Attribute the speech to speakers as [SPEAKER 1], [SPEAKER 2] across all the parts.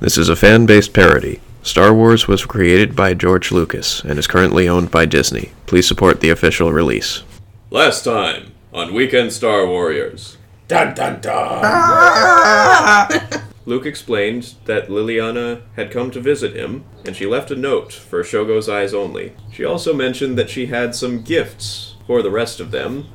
[SPEAKER 1] This is a fan based parody. Star Wars was created by George Lucas and is currently owned by Disney. Please support the official release.
[SPEAKER 2] Last time on Weekend Star Warriors,
[SPEAKER 3] Dun dun dun.
[SPEAKER 2] Luke explained that Liliana had come to visit him, and she left a note for Shogo's eyes only. She also mentioned that she had some gifts for the rest of them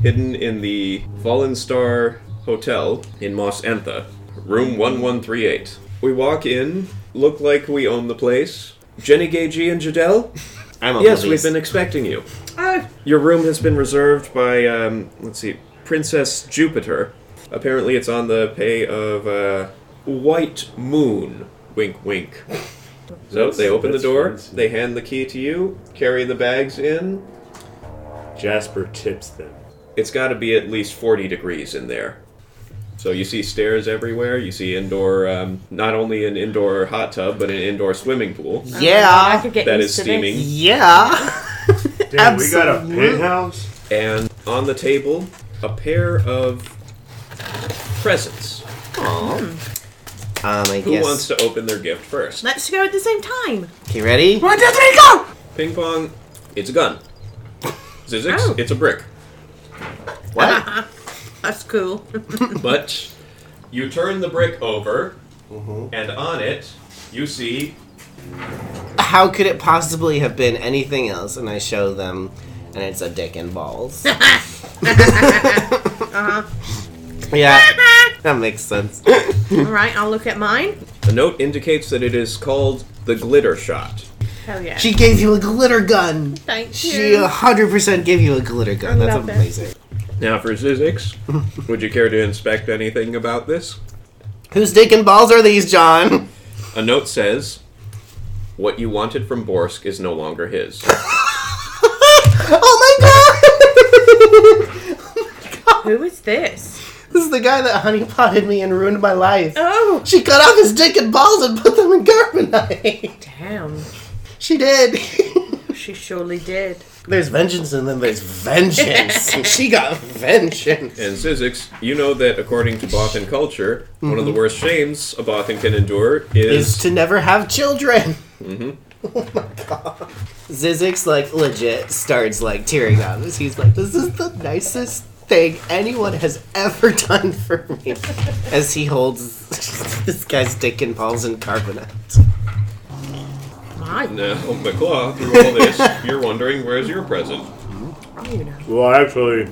[SPEAKER 2] hidden in the Fallen Star Hotel in Mos Antha, room 1138. We walk in, look like we own the place. Jenny Gagey and Jadel?
[SPEAKER 4] I'm a
[SPEAKER 2] Yes, we've
[SPEAKER 4] police.
[SPEAKER 2] been expecting you.
[SPEAKER 3] Ah.
[SPEAKER 2] Your room has been reserved by, um, let's see, Princess Jupiter. Apparently, it's on the pay of uh, White Moon. Wink, wink. So they open the
[SPEAKER 3] that's
[SPEAKER 2] door,
[SPEAKER 3] fancy.
[SPEAKER 2] they hand the key to you, carry the bags in.
[SPEAKER 3] Jasper tips them.
[SPEAKER 2] It's got to be at least 40 degrees in there. So you see stairs everywhere. You see indoor, um, not only an indoor hot tub, but an indoor swimming pool
[SPEAKER 4] Yeah.
[SPEAKER 5] I could get
[SPEAKER 2] that
[SPEAKER 5] used
[SPEAKER 2] is
[SPEAKER 5] to
[SPEAKER 2] steaming.
[SPEAKER 5] This.
[SPEAKER 4] Yeah.
[SPEAKER 3] Damn, we got a
[SPEAKER 4] Absolute.
[SPEAKER 3] penthouse.
[SPEAKER 2] and on the table a pair of presents.
[SPEAKER 4] Um, I
[SPEAKER 2] Who
[SPEAKER 4] guess.
[SPEAKER 2] wants to open their gift first?
[SPEAKER 5] Let's go at the same time.
[SPEAKER 4] Okay, ready?
[SPEAKER 5] One, two, three, go!
[SPEAKER 2] Ping pong. It's a gun. Zizix.
[SPEAKER 5] Oh.
[SPEAKER 2] It's a brick.
[SPEAKER 4] What?
[SPEAKER 5] That's cool.
[SPEAKER 2] But you turn the brick over, and on it you see
[SPEAKER 4] How could it possibly have been anything else? And I show them, and it's a dick and balls.
[SPEAKER 2] Uh-huh.
[SPEAKER 4] Yeah, that makes sense.
[SPEAKER 5] All right, I'll look at mine.
[SPEAKER 2] the note indicates that it is called the glitter shot.
[SPEAKER 5] Hell yeah.
[SPEAKER 4] she gave you a glitter gun.
[SPEAKER 5] Thank you.
[SPEAKER 4] She 100% gave you a glitter gun.
[SPEAKER 5] I
[SPEAKER 4] That's
[SPEAKER 5] love it.
[SPEAKER 4] amazing.
[SPEAKER 2] Now for Zizix, would you care to inspect anything about this?
[SPEAKER 4] Whose dick and balls are these, John?
[SPEAKER 2] A note says, "What you wanted from Borsk is no longer his."
[SPEAKER 4] oh my god!
[SPEAKER 5] Who is this?
[SPEAKER 4] This is the guy that honey potted me and ruined my life.
[SPEAKER 5] Oh,
[SPEAKER 4] She cut off his dick and balls and put them in carbonite.
[SPEAKER 5] damn.
[SPEAKER 4] She did.
[SPEAKER 5] She surely did.
[SPEAKER 4] there's vengeance and then there's vengeance. And she got vengeance.
[SPEAKER 2] And Zizix, you know that according to Bothan culture, one of the worst shames a Bothan can endure
[SPEAKER 4] Mm-hmm. Is
[SPEAKER 2] is
[SPEAKER 4] to never have children. Mm-hmm. Oh my god. Zizix like legit starts like tearing up. He's like, this is the nicest thing anyone has ever done for me. As he holds this guy's dick and balls in carbonite.
[SPEAKER 5] My,
[SPEAKER 2] now McClaw through all this. You're wondering where's your present?
[SPEAKER 5] oh, you know.
[SPEAKER 3] Well, actually,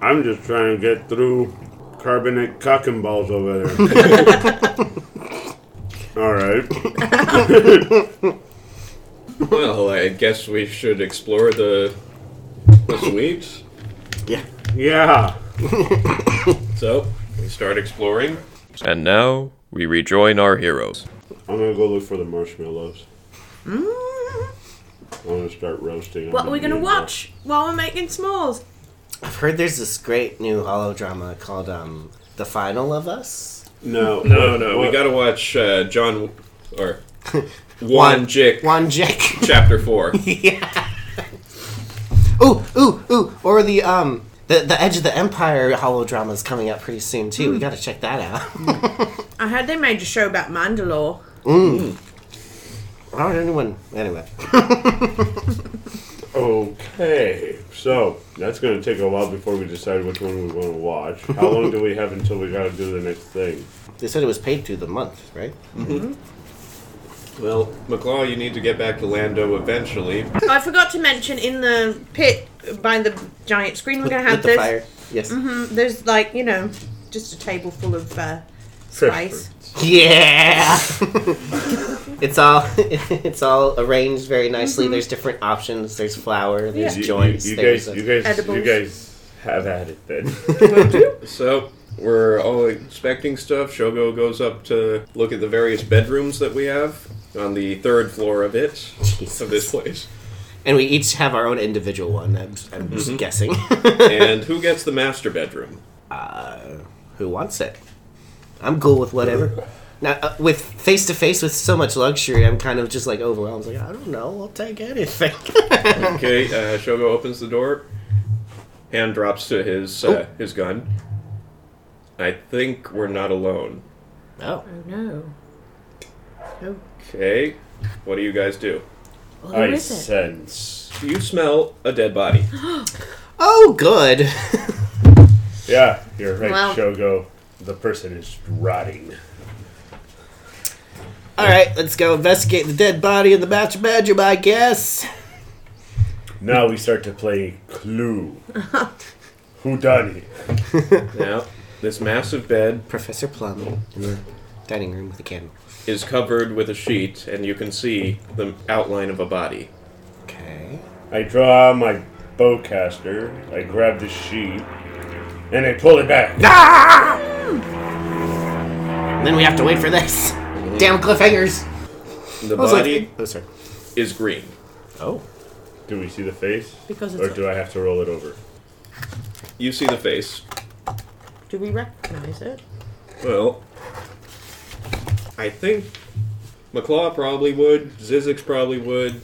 [SPEAKER 3] I'm just trying to get through carbonate cock and balls over there. All right.
[SPEAKER 2] Well, I guess we should explore the the suite.
[SPEAKER 3] Yeah.
[SPEAKER 2] So we start exploring. And now we rejoin our heroes.
[SPEAKER 3] I'm gonna go look for the marshmallows. I'm gonna start roasting.
[SPEAKER 5] Mm-hmm. What are we gonna watch while we're making s'mores?
[SPEAKER 4] I've heard there's this great new holo drama called um The Final of Us.
[SPEAKER 3] No.
[SPEAKER 2] No, no, we
[SPEAKER 3] what-
[SPEAKER 2] gotta watch uh, John or Juan Jick
[SPEAKER 4] One Jack.
[SPEAKER 2] chapter four.
[SPEAKER 4] yeah. Ooh, ooh, ooh. Or the um the, the Edge of the Empire holo drama is coming up pretty soon too. We gotta check that out.
[SPEAKER 5] I heard they made a show about Mandalore.
[SPEAKER 4] Why would anyone anyway.
[SPEAKER 3] Okay. So that's gonna take a while before we decide which one we want to watch. How long do we have until we gotta do the next thing?
[SPEAKER 4] They said it was paid through the month, right?
[SPEAKER 2] Well, McClaw, you need to get back to Lando eventually.
[SPEAKER 5] I forgot to mention in the pit by the giant screen, we're
[SPEAKER 4] With-
[SPEAKER 5] gonna have
[SPEAKER 4] with the
[SPEAKER 5] this. Mm-hmm.
[SPEAKER 4] fire. Yes.
[SPEAKER 5] There's like you know, just a table full of uh, spice.
[SPEAKER 4] Yeah. it's all it's all arranged very nicely.
[SPEAKER 5] Mm-hmm.
[SPEAKER 4] There's different options. There's flour, there's
[SPEAKER 3] You, you-
[SPEAKER 4] joints,
[SPEAKER 3] you
[SPEAKER 4] there's
[SPEAKER 3] guys,
[SPEAKER 4] a-
[SPEAKER 3] you guys, you
[SPEAKER 5] Edibles.
[SPEAKER 3] guys have at it then.
[SPEAKER 2] So we're all expecting stuff. Shogo goes up to look at the various bedrooms that we have on the third floor of it of this place.
[SPEAKER 4] and we each have our own individual one. I'm, I'm just guessing.
[SPEAKER 2] And who gets the master bedroom?
[SPEAKER 4] Who wants it? I'm cool with whatever. Now, uh, with face to face with so much luxury, I'm kind of just like overwhelmed. Like I don't know, I'll take anything.
[SPEAKER 2] Okay, uh, Shogo opens the door. Hand drops to his uh, his gun. I think we're not alone.
[SPEAKER 4] oh,
[SPEAKER 5] Oh no. Oh,
[SPEAKER 2] Okay, what do you guys do?
[SPEAKER 5] well, who
[SPEAKER 3] I
[SPEAKER 5] is it?
[SPEAKER 3] sense.
[SPEAKER 2] You smell a dead body.
[SPEAKER 4] Oh, good.
[SPEAKER 3] Yeah, you're right,
[SPEAKER 5] Well-
[SPEAKER 3] Shogo. The person is rotting.
[SPEAKER 4] All right, let's go investigate the dead body in the match bedroom, I guess.
[SPEAKER 3] Now we start to play Clue. Who done it?
[SPEAKER 2] Now, this massive bed
[SPEAKER 4] Professor Plum in the dining room with a candle.
[SPEAKER 2] is covered with a sheet, and you can see the outline of a body.
[SPEAKER 4] Okay.
[SPEAKER 3] I draw my bowcaster. I grab the sheet, and I pull it back.
[SPEAKER 4] Then we have to wait for this. Damn cliffhangers.
[SPEAKER 2] The
[SPEAKER 4] I was like-
[SPEAKER 2] body
[SPEAKER 4] oh, sorry.
[SPEAKER 2] is green.
[SPEAKER 4] Oh.
[SPEAKER 3] Do we see the face?
[SPEAKER 5] Because it's
[SPEAKER 3] or do I have to roll it over?
[SPEAKER 2] You see the face.
[SPEAKER 5] Do we recognize it?
[SPEAKER 2] Well, I think McClaw probably would. Zizix probably would.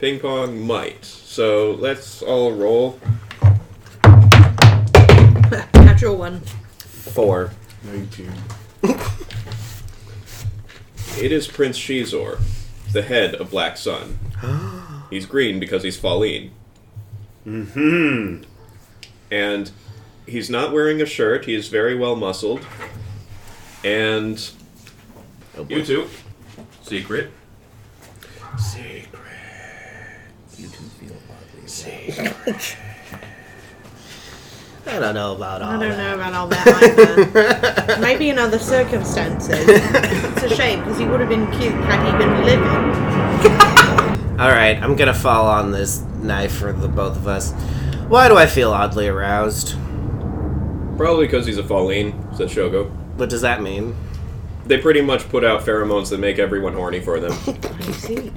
[SPEAKER 2] Ping Pong might. So let's all roll.
[SPEAKER 5] Natural one.
[SPEAKER 4] Four.
[SPEAKER 3] 19.
[SPEAKER 2] It is Prince Shizor, the head of Black Sun. he's green because he's Fallen. Mm-hmm. And he's not wearing a shirt. He is very well muscled. And you two, secret.
[SPEAKER 4] I don't know about all
[SPEAKER 5] I don't
[SPEAKER 4] that.
[SPEAKER 5] know about all that either. Maybe in other circumstances. it's a shame because he would have been cute had he been living.
[SPEAKER 4] All right, I'm gonna fall on this knife for the both of us. Why do I feel oddly aroused?
[SPEAKER 2] Probably because he's a Fallen, said Shogo.
[SPEAKER 4] What does that mean?
[SPEAKER 2] They pretty much put out pheromones that make everyone horny for them.
[SPEAKER 5] I see.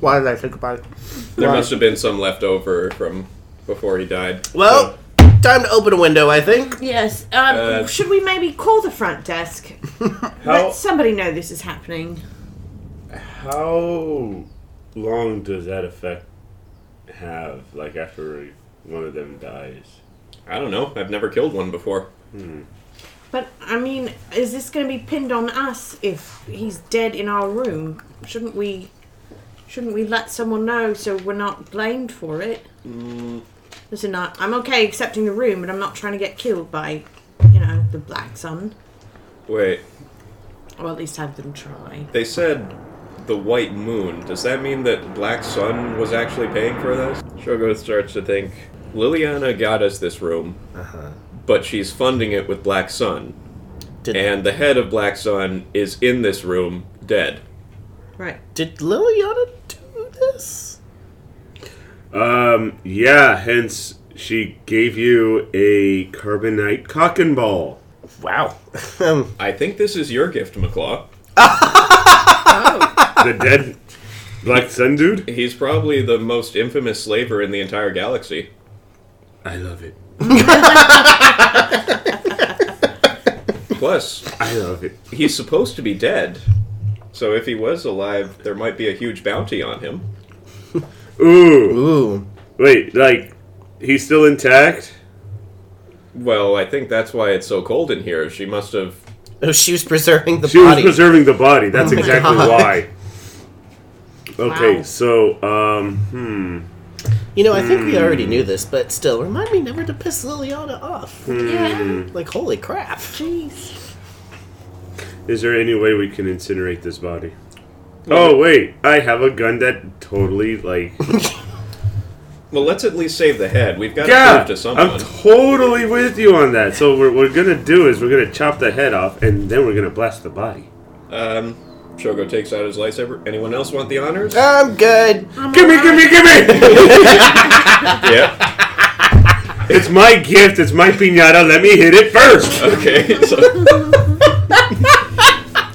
[SPEAKER 4] Why did I think about it?
[SPEAKER 2] There
[SPEAKER 4] Right.
[SPEAKER 2] must have been some left over from before he died.
[SPEAKER 4] Well, time to open a window, I think.
[SPEAKER 5] Yes. Um,
[SPEAKER 2] Uh,
[SPEAKER 5] should we maybe call the front desk?
[SPEAKER 3] How,
[SPEAKER 5] Let somebody know this is happening.
[SPEAKER 3] how long does that effect have, like, after one of them dies?
[SPEAKER 2] I don't know. I've never killed one before.
[SPEAKER 5] But I mean, is this going to be pinned on us if he's dead in our room? Shouldn't we? Shouldn't we let someone know so we're not blamed for it? Listen, I, I'm okay accepting the room, but I'm not trying to get killed by, you know, the Black Sun.
[SPEAKER 2] Wait,
[SPEAKER 5] Or at least have them try.
[SPEAKER 2] they said the white moon. Does that mean that Black Sun was actually paying for this? Shogo starts to think Liliana got us this room,
[SPEAKER 4] Uh-huh.
[SPEAKER 2] but she's funding it with Black Sun,
[SPEAKER 4] Did,
[SPEAKER 2] and the head of Black Sun is in this room, dead.
[SPEAKER 5] Right.
[SPEAKER 4] did Liliana do this?
[SPEAKER 3] Um, yeah, hence she gave you a carbonite cock and ball.
[SPEAKER 4] Wow. um,
[SPEAKER 2] I think this is your gift, McClaw.
[SPEAKER 3] The dead black sun dude?
[SPEAKER 2] He's probably the most infamous slaver in the entire galaxy.
[SPEAKER 3] I love it.
[SPEAKER 2] Plus,
[SPEAKER 3] I love it.
[SPEAKER 2] he's supposed to be dead. So if he was alive, there might be a huge bounty on him.
[SPEAKER 3] Ooh.
[SPEAKER 4] ooh.
[SPEAKER 3] Wait, like, he's still intact?
[SPEAKER 2] Well, I think that's why it's so cold in here. She must have.
[SPEAKER 4] Oh, she was preserving the
[SPEAKER 3] She
[SPEAKER 4] body.
[SPEAKER 3] was preserving the body. That's
[SPEAKER 4] my
[SPEAKER 3] exactly
[SPEAKER 4] God.
[SPEAKER 3] why. Okay,
[SPEAKER 5] Wow.
[SPEAKER 3] so um, hmm.
[SPEAKER 4] you know, I think we already knew this, but still, remind me never to piss Liliana off.
[SPEAKER 5] Hmm. Yeah.
[SPEAKER 4] Like, holy crap.
[SPEAKER 5] Jeez.
[SPEAKER 3] Is there any way we can incinerate this body? Oh wait, I have a gun that totally like.
[SPEAKER 2] Well, let's at least save the head. We've got to
[SPEAKER 3] Yeah,
[SPEAKER 2] prove to someone.
[SPEAKER 3] I'm totally with you on that. So what we're gonna do is we're gonna chop the head off and then we're gonna blast the body.
[SPEAKER 2] um, Shogo takes out his lightsaber. Anyone else want the honors?
[SPEAKER 4] I'm good.
[SPEAKER 5] Um,
[SPEAKER 3] Give me, give me, give me!
[SPEAKER 2] yeah.
[SPEAKER 3] it's my gift. It's my pinata. Let me hit it first.
[SPEAKER 2] Okay. So.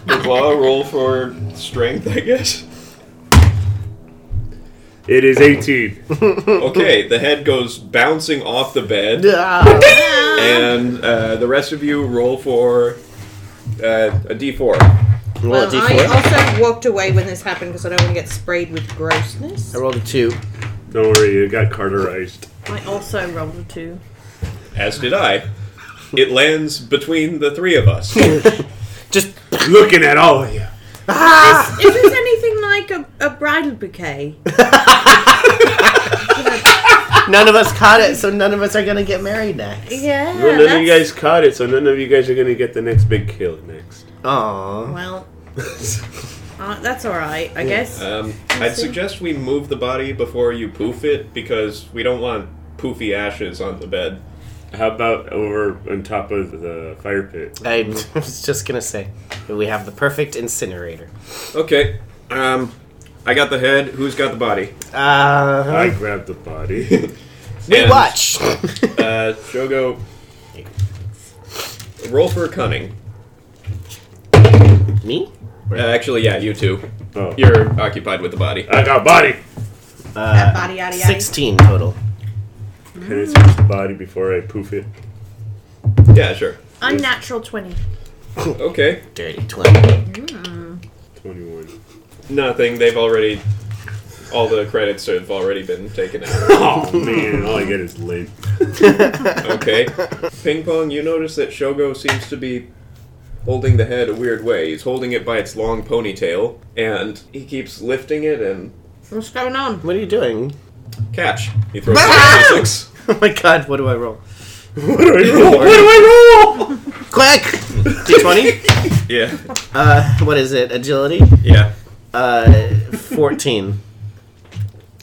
[SPEAKER 2] McClaw, roll for strength, I guess.
[SPEAKER 3] It is 18.
[SPEAKER 2] Okay, the head goes bouncing off the bed.
[SPEAKER 4] Ah,
[SPEAKER 2] And uh, the rest of you roll for uh, a d4.
[SPEAKER 4] roll a
[SPEAKER 5] Well, I
[SPEAKER 4] d4.
[SPEAKER 5] also walked away when this happened because I don't want to get sprayed with grossness.
[SPEAKER 4] I rolled a two.
[SPEAKER 3] Don't worry, it got carterized.
[SPEAKER 5] I also rolled a two.
[SPEAKER 2] As did I. It lands between the three of us.
[SPEAKER 4] Just
[SPEAKER 3] Looking at all of you.
[SPEAKER 5] Is this anything like a, a bridal bouquet?
[SPEAKER 4] None of us caught it, so none of us are gonna get married next.
[SPEAKER 5] Yeah.
[SPEAKER 3] Well, none of you guys
[SPEAKER 5] that's-
[SPEAKER 3] caught it, so none of you guys are gonna get the next big kill next.
[SPEAKER 4] Aww.
[SPEAKER 5] Well, uh, that's all right, I guess.
[SPEAKER 2] Um, I'd suggest we move the body before you poof it because we don't want poofy ashes on the bed.
[SPEAKER 3] How about over on top of the fire pit?
[SPEAKER 4] I was just gonna say, we have the perfect incinerator.
[SPEAKER 2] Okay. Um, I got the head. Who's got the body?
[SPEAKER 4] Uh,
[SPEAKER 3] I grabbed the body.
[SPEAKER 4] we
[SPEAKER 2] And,
[SPEAKER 4] watch.
[SPEAKER 2] Uh, Shogo. Roll for cunning.
[SPEAKER 4] Me?
[SPEAKER 2] Uh, actually, yeah, you two.
[SPEAKER 3] oh.
[SPEAKER 2] You're occupied with the body.
[SPEAKER 3] I got body.
[SPEAKER 5] That body, yada, yada.
[SPEAKER 4] Sixteen total.
[SPEAKER 3] Can I switch the body before I poof it?
[SPEAKER 2] Yeah, sure.
[SPEAKER 5] Unnatural 20.
[SPEAKER 2] Okay.
[SPEAKER 4] Dirty twenty.
[SPEAKER 3] Twenty-one.
[SPEAKER 2] Nothing. They've already. All the credits have already been taken out.
[SPEAKER 3] Oh man, all I get is lint.
[SPEAKER 2] Okay. Ping Pong, you notice that Shogo seems to be holding the head a weird way. He's holding it by its long ponytail, and he keeps lifting it and.
[SPEAKER 5] What's going on?
[SPEAKER 4] What are you doing?
[SPEAKER 2] Catch! He throws it at six.
[SPEAKER 4] Oh my god, what do I roll?
[SPEAKER 3] What do I roll? What do I roll?
[SPEAKER 4] Quick! D20?
[SPEAKER 2] Yeah.
[SPEAKER 4] Uh, what is it? Agility?
[SPEAKER 2] Yeah.
[SPEAKER 4] Uh, 14.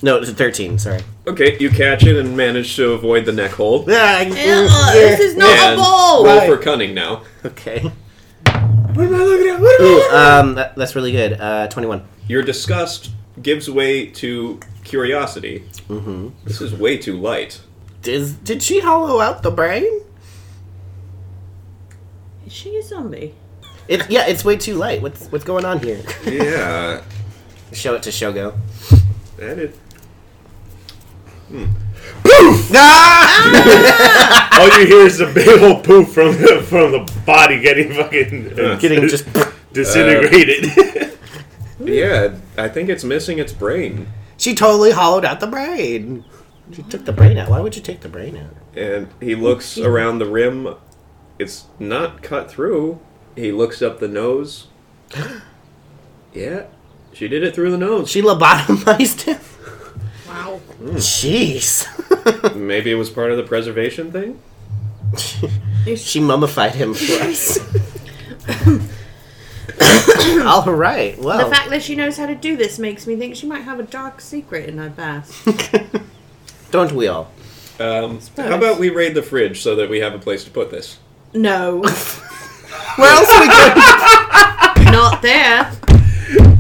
[SPEAKER 4] No, it's 13, sorry.
[SPEAKER 2] Okay, you catch it and manage to avoid the neck hole.
[SPEAKER 4] Yeah, I-
[SPEAKER 5] Uh, this is not
[SPEAKER 2] And
[SPEAKER 5] a ball!
[SPEAKER 2] roll for cunning now.
[SPEAKER 4] Okay.
[SPEAKER 3] What am I looking at? What am
[SPEAKER 4] Ooh, um, that, that's really good. Uh, 21.
[SPEAKER 2] Your disgust gives way to curiosity. Mm-hmm. This is way too light.
[SPEAKER 4] Is, did she hollow out the brain?
[SPEAKER 5] Is she a zombie?
[SPEAKER 4] It, yeah, it's way too light. What's what's going on here?
[SPEAKER 2] Yeah.
[SPEAKER 4] Show it to Shogo.
[SPEAKER 2] That is.
[SPEAKER 3] I- All you hear is a big old poof from the, from the body getting fucking uh,
[SPEAKER 4] Getting just uh,
[SPEAKER 3] disintegrated.
[SPEAKER 2] Yeah, I think it's missing its brain.
[SPEAKER 4] she totally hollowed out the brain. She took the brain out. Why would you take the brain out?
[SPEAKER 2] And he looks around the rim. It's not cut through. He looks up the nose. Yeah, she did it through the nose.
[SPEAKER 4] She lobotomized him.
[SPEAKER 5] Wow.
[SPEAKER 4] Mm. Jeez.
[SPEAKER 2] Maybe it was part of the preservation thing?
[SPEAKER 4] She mummified him for us. All right.
[SPEAKER 5] The
[SPEAKER 4] Well,
[SPEAKER 5] fact that she knows how to do this makes me think she might have a dark secret in her past.
[SPEAKER 4] don't we all?
[SPEAKER 2] Um, how about we raid the fridge so that we have a place to put this?
[SPEAKER 5] no,
[SPEAKER 4] Where else are we going?
[SPEAKER 5] not there.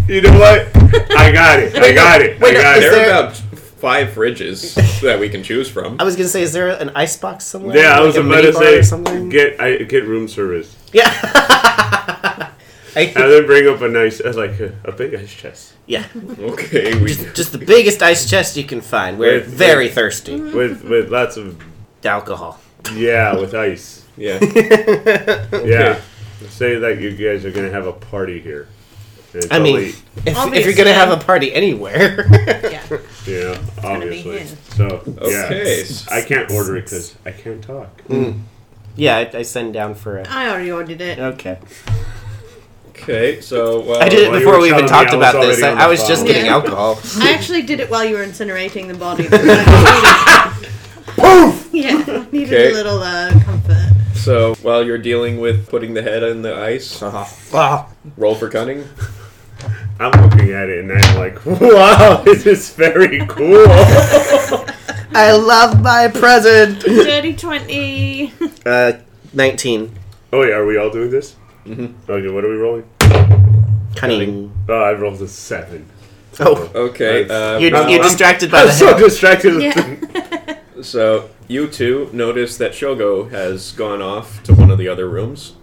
[SPEAKER 3] you know what? I got it. I got it. I got
[SPEAKER 2] There
[SPEAKER 3] it.
[SPEAKER 2] are
[SPEAKER 4] there-
[SPEAKER 2] about five fridges that we can choose from.
[SPEAKER 4] I was gonna say, is there an ice box somewhere?
[SPEAKER 3] Yeah, I
[SPEAKER 4] Like
[SPEAKER 3] was
[SPEAKER 4] a
[SPEAKER 3] about
[SPEAKER 4] minibar or
[SPEAKER 3] to say
[SPEAKER 4] something.
[SPEAKER 3] get I, get room service.
[SPEAKER 4] Yeah. I,
[SPEAKER 3] And then bring up a nice, uh, like a, a big ice chest
[SPEAKER 4] yeah.
[SPEAKER 2] Okay, we
[SPEAKER 4] Just the biggest ice chest you can find. We're
[SPEAKER 3] With-
[SPEAKER 4] very thirsty.
[SPEAKER 3] with with lots of
[SPEAKER 4] Alcohol.
[SPEAKER 3] yeah, with ice.
[SPEAKER 2] yeah.
[SPEAKER 3] Yeah, say that you guys are gonna have a party here. And it's
[SPEAKER 4] I
[SPEAKER 3] all
[SPEAKER 4] mean,
[SPEAKER 3] eat,
[SPEAKER 4] if, if you're
[SPEAKER 5] Obviously.
[SPEAKER 4] gonna have a party anywhere,
[SPEAKER 5] Yeah.
[SPEAKER 3] you know, obviously.
[SPEAKER 5] here.
[SPEAKER 3] So
[SPEAKER 2] Okay.
[SPEAKER 3] yeah, I can't order it because I can't talk.
[SPEAKER 4] Mm. yeah, I, I send down for a.
[SPEAKER 5] I already ordered it.
[SPEAKER 4] Okay,
[SPEAKER 2] Okay, so uh,
[SPEAKER 4] I did
[SPEAKER 3] while
[SPEAKER 4] it
[SPEAKER 3] you
[SPEAKER 4] before
[SPEAKER 3] were
[SPEAKER 4] we even
[SPEAKER 3] telling
[SPEAKER 4] talked
[SPEAKER 3] me, I was
[SPEAKER 4] about this.
[SPEAKER 3] already
[SPEAKER 4] I,
[SPEAKER 3] on the
[SPEAKER 4] I was just
[SPEAKER 3] phone.
[SPEAKER 4] getting
[SPEAKER 5] Yeah.
[SPEAKER 4] alcohol.
[SPEAKER 5] I actually did it while you were incinerating the body. yeah, I needed
[SPEAKER 2] Okay.
[SPEAKER 5] a little uh, comfort.
[SPEAKER 2] So while you're dealing with putting the head in the ice,
[SPEAKER 4] Ah,
[SPEAKER 2] roll for cunning.
[SPEAKER 3] I'm looking at it and I'm like, wow, this is very cool.
[SPEAKER 4] I love my present.
[SPEAKER 5] Dirty 20.
[SPEAKER 4] Uh, nineteen.
[SPEAKER 3] oh wait, are we all doing this? Mm-hmm. Okay, what are we rolling?
[SPEAKER 4] Cunning.
[SPEAKER 3] Oh, I rolled a seven.
[SPEAKER 4] Oh,
[SPEAKER 2] Okay, uh,
[SPEAKER 4] you're,
[SPEAKER 3] I'm-
[SPEAKER 4] you're
[SPEAKER 3] I'm-
[SPEAKER 4] distracted by
[SPEAKER 3] I'm
[SPEAKER 4] the
[SPEAKER 3] so
[SPEAKER 4] head.
[SPEAKER 3] distracted. with
[SPEAKER 5] Yeah.
[SPEAKER 3] the-
[SPEAKER 2] so you two notice that Shogo has gone off to one of the other rooms.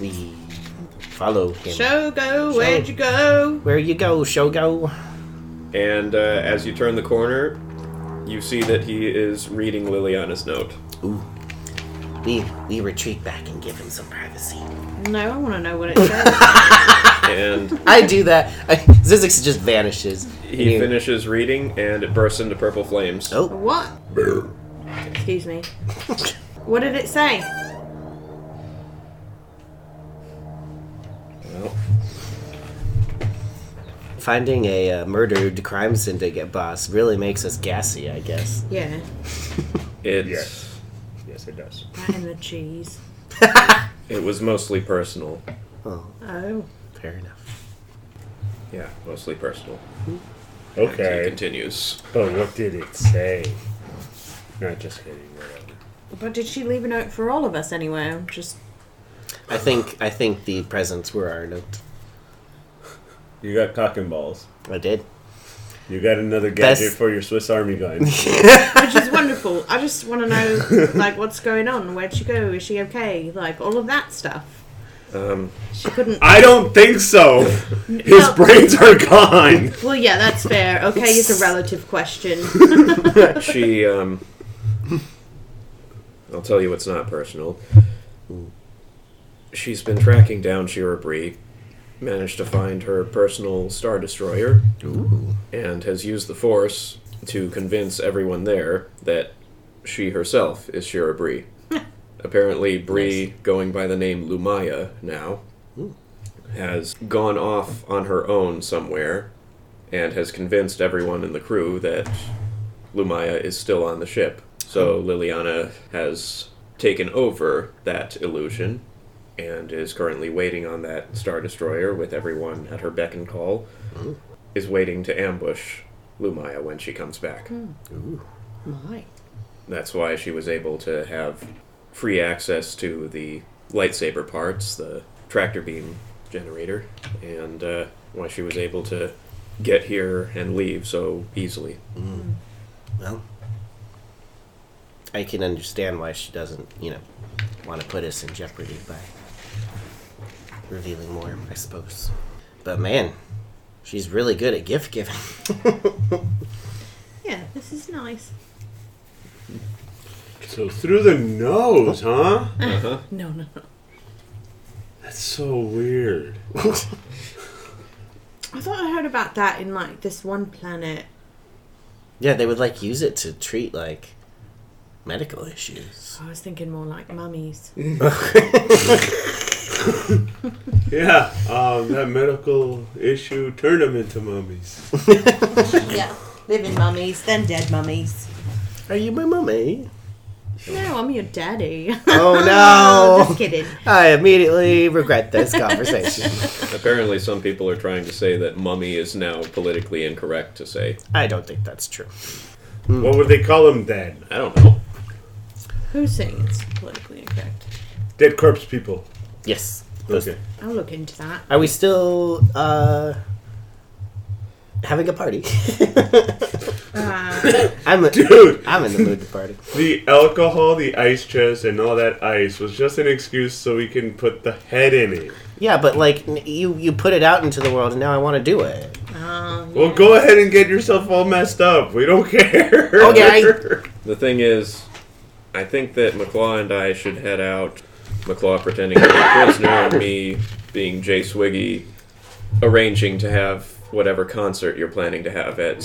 [SPEAKER 4] We follow him.
[SPEAKER 5] Shogo, where'd you go?
[SPEAKER 4] Where you go, Shogo?
[SPEAKER 2] And uh, as you turn the corner, you see that he is reading Liliana's note.
[SPEAKER 4] We we retreat back and give him some privacy.
[SPEAKER 5] No, I want to know what it says.
[SPEAKER 2] And
[SPEAKER 4] I do that. I, Zizix just vanishes.
[SPEAKER 2] he
[SPEAKER 4] You-
[SPEAKER 2] finishes reading and it bursts into purple flames.
[SPEAKER 4] Oh,
[SPEAKER 5] what? Excuse me. What did it say?
[SPEAKER 2] Well,
[SPEAKER 4] Finding a uh, murdered crime syndicate boss really makes us gassy, I guess.
[SPEAKER 5] Yeah,
[SPEAKER 2] It's
[SPEAKER 3] Yes. Yes, it does.
[SPEAKER 5] that and the cheese.
[SPEAKER 2] it was mostly personal.
[SPEAKER 4] Oh,
[SPEAKER 5] Oh,
[SPEAKER 4] fair enough.
[SPEAKER 2] Yeah, mostly personal. And he
[SPEAKER 3] Okay.
[SPEAKER 2] continues.
[SPEAKER 3] But what did it say? No, just kidding. Whatever.
[SPEAKER 5] but did she leave a note for all of us anyway? I'm Just
[SPEAKER 4] I think I think the presents were our note.
[SPEAKER 3] You got cock and balls.
[SPEAKER 4] I did.
[SPEAKER 3] You got another
[SPEAKER 4] Best-
[SPEAKER 3] gadget for your Swiss Army gun.
[SPEAKER 5] which is wonderful. I just want to know like what's going on. Where'd she go? Is she okay? Like all of that stuff.
[SPEAKER 2] Um,
[SPEAKER 5] She couldn't.
[SPEAKER 3] I don't think so. His
[SPEAKER 5] No.
[SPEAKER 3] brains are gone.
[SPEAKER 5] Well, yeah, that's fair. Okay, it's a relative question.
[SPEAKER 2] she, um, I'll tell you what's not personal. She's been tracking down Shira Bree, managed to find her personal Star Destroyer, and has used the Force to convince everyone there that she herself is Shira Bree. Apparently, Bree, going by the name Lumaya now, has gone off on her own somewhere and has convinced everyone in the crew that Lumaya is still on the ship. So Liliana has taken over that illusion and is currently waiting on that Star Destroyer with everyone at her beck and call. Is waiting to ambush Lumaya when she comes back.
[SPEAKER 5] My.
[SPEAKER 2] That's why she was able to have free access to the lightsaber parts, the tractor beam generator, and uh, why she was able to get here and leave so easily.
[SPEAKER 4] Well, I can understand why she doesn't, you know, want to put us in jeopardy by revealing more, I suppose. But man, she's really good at gift giving.
[SPEAKER 5] Yeah, this is nice.
[SPEAKER 3] So through the nose, huh?
[SPEAKER 5] Uh. No, no, no.
[SPEAKER 3] That's so weird.
[SPEAKER 5] I thought I heard about that in like this one planet.
[SPEAKER 4] yeah, they would like use it to treat like medical issues.
[SPEAKER 5] I was thinking more like mummies.
[SPEAKER 3] Yeah, um, that medical issue turned them into mummies.
[SPEAKER 5] Yeah, living mummies, then dead mummies.
[SPEAKER 4] Are you my mummy?
[SPEAKER 5] No, I'm your daddy.
[SPEAKER 4] Oh
[SPEAKER 5] Just
[SPEAKER 4] no!
[SPEAKER 5] kidding.
[SPEAKER 4] I immediately regret this conversation.
[SPEAKER 2] Apparently, some people are trying to say that mummy is now politically incorrect to say.
[SPEAKER 4] I don't think that's true. Hmm.
[SPEAKER 3] What would they call them then?
[SPEAKER 2] I don't know.
[SPEAKER 5] Who's saying it's politically incorrect?
[SPEAKER 3] Dead corpse people.
[SPEAKER 4] Yes.
[SPEAKER 3] Okay.
[SPEAKER 5] I'll look into that.
[SPEAKER 4] Are we still uh, having a party?
[SPEAKER 5] Uh,
[SPEAKER 4] I'm a,
[SPEAKER 3] Dude,
[SPEAKER 4] I'm in the mood to party.
[SPEAKER 3] the alcohol, the ice chest, and all that ice was just an excuse so we can put the head in it.
[SPEAKER 4] Yeah, but like n- you you put it out into the world, and now I want to do it.
[SPEAKER 5] um,
[SPEAKER 3] Well, go ahead and get yourself all messed up. We don't care.
[SPEAKER 4] Okay.
[SPEAKER 2] The thing is, I think that McClaw and I should head out. McClaw pretending to be a prisoner, and me being Jay Swiggy, arranging to have whatever concert you're planning to have at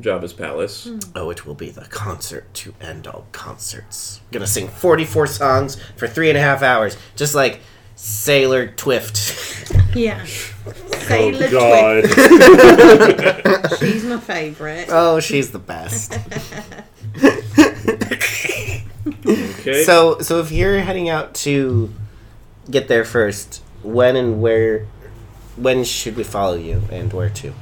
[SPEAKER 2] Jabba's Palace.
[SPEAKER 4] Oh, it will be the concert to end all concerts. gonna sing 44 songs for three and a half hours, just like Sailor Twift.
[SPEAKER 5] yeah. Sailor
[SPEAKER 3] Oh,
[SPEAKER 5] Twist.
[SPEAKER 3] God.
[SPEAKER 5] She's my favourite.
[SPEAKER 4] oh, she's the best.
[SPEAKER 2] Okay.
[SPEAKER 4] So, so if you're heading out to get there first, when and where, when should we follow you and where to?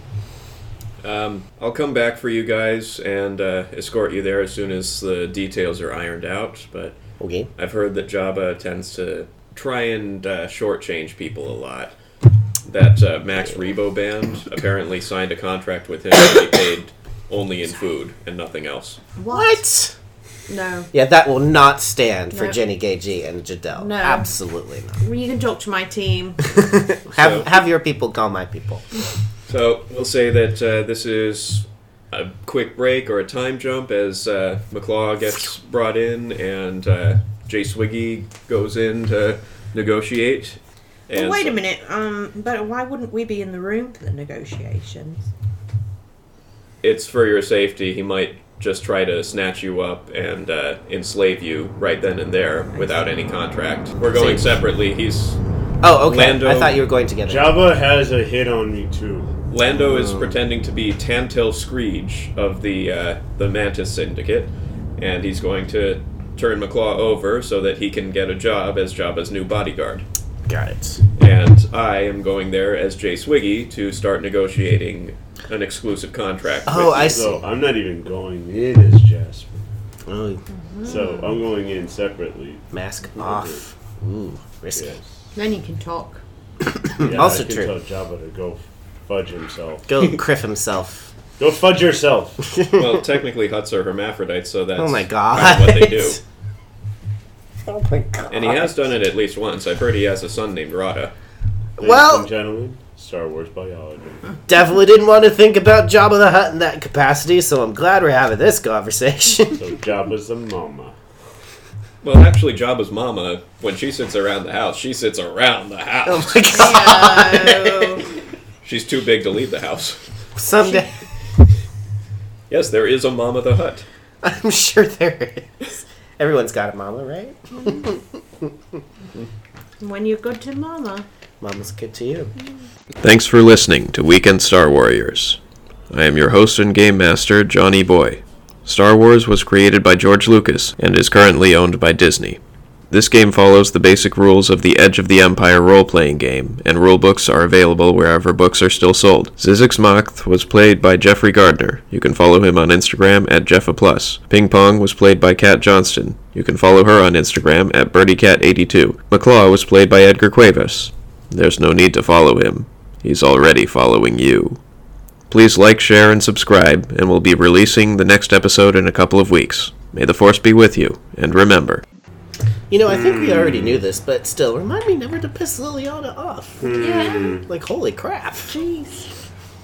[SPEAKER 2] um, I'll come back for you guys and uh, escort you there as soon as the details are ironed out. But
[SPEAKER 4] Okay.
[SPEAKER 2] I've heard that Jabba tends to try and uh, shortchange people a lot. That uh, Max Rebo band apparently signed a contract with him to be paid only in food and nothing else.
[SPEAKER 4] What?
[SPEAKER 5] No.
[SPEAKER 4] Yeah, that will not stand for
[SPEAKER 5] No.
[SPEAKER 4] Jenny Gagey and Jadel.
[SPEAKER 5] No.
[SPEAKER 4] Absolutely not.
[SPEAKER 5] Well, you can talk to my team.
[SPEAKER 4] Have
[SPEAKER 2] So-
[SPEAKER 4] have your people call my people.
[SPEAKER 2] So we'll say that uh, this is a quick break or a time jump as uh, McClaw gets brought in and uh, Jay Swiggy goes in to negotiate.
[SPEAKER 5] Well,
[SPEAKER 2] And
[SPEAKER 5] wait a
[SPEAKER 2] so-
[SPEAKER 5] minute. Um, but why wouldn't we be in the room for the negotiations?
[SPEAKER 2] it's for your safety. He might just try to snatch you up and uh, enslave you right then and there without any contract. We're going
[SPEAKER 4] Safe.
[SPEAKER 2] separately. He's
[SPEAKER 4] Oh, okay.
[SPEAKER 2] Lando-
[SPEAKER 4] I thought you were going together.
[SPEAKER 3] Jabba has a hit on me too.
[SPEAKER 2] Lando is pretending to be Tantel Screech of the uh, the Mantis Syndicate, and he's going to turn McClaw over so that he can get a job as Jabba's new bodyguard.
[SPEAKER 4] Got it.
[SPEAKER 2] And I am going there as Jay Swiggy to start negotiating an exclusive contract.
[SPEAKER 4] Oh, I
[SPEAKER 3] So
[SPEAKER 4] see.
[SPEAKER 3] I'm not even going in as Jasper.
[SPEAKER 4] Oh,
[SPEAKER 3] So I'm going in separately.
[SPEAKER 4] mask off. Ooh, risky.
[SPEAKER 3] Yes.
[SPEAKER 5] Then you can talk.
[SPEAKER 3] Yeah,
[SPEAKER 4] Hmm, Also
[SPEAKER 3] I can
[SPEAKER 4] true.
[SPEAKER 3] Tell Jabba to go fudge himself.
[SPEAKER 4] Go Criff himself.
[SPEAKER 3] Go fudge yourself.
[SPEAKER 2] with- well, technically, Huts are hermaphrodites, so that's
[SPEAKER 4] Oh my
[SPEAKER 2] kind of
[SPEAKER 4] god.
[SPEAKER 2] what they do.
[SPEAKER 4] oh my god.
[SPEAKER 2] And he has done it at least once. I've heard he has a son named Rada.
[SPEAKER 3] Ladies
[SPEAKER 4] Well-
[SPEAKER 3] and gentlemen, Star Wars biology.
[SPEAKER 4] Definitely didn't want to think about Jabba the Hutt in that capacity, so I'm glad we're having this conversation.
[SPEAKER 3] So Jabba's the mama.
[SPEAKER 2] Well, actually, Jabba's mama, when she sits around the house, she sits around the house.
[SPEAKER 4] oh my god.
[SPEAKER 5] No.
[SPEAKER 2] She's too big to leave the house.
[SPEAKER 4] Someday.
[SPEAKER 2] Yes, there is a Mama the Hut.
[SPEAKER 4] I'm sure there is. Everyone's got a mama, right?
[SPEAKER 5] when you're good to Mama.
[SPEAKER 4] Mama's good to you.
[SPEAKER 1] Thanks for listening to Weekend Star Warriors. I am your host and game master, Johnny Boy. Star Wars was created by George Lucas and is currently owned by Disney. This game follows the basic rules of the Edge of the Empire role playing game, and rulebooks are available wherever books are still sold. Zizix Moth was played by Jeffrey Gardner. You can follow him on Instagram at JeffaPlus. Ping Pong was played by Kat Johnston. You can follow her on Instagram at BirdieCat82. McClaw was played by Edgar Cuevas. There's no need to follow him. He's already following you. Please like, share, and subscribe, and we'll be releasing the next episode in a couple of weeks. May the Force be with you, and remember.
[SPEAKER 4] You know, I think we already knew this, but still, remind me never to piss Liliana off.
[SPEAKER 5] Yeah.
[SPEAKER 4] Like, holy crap.
[SPEAKER 5] Jeez.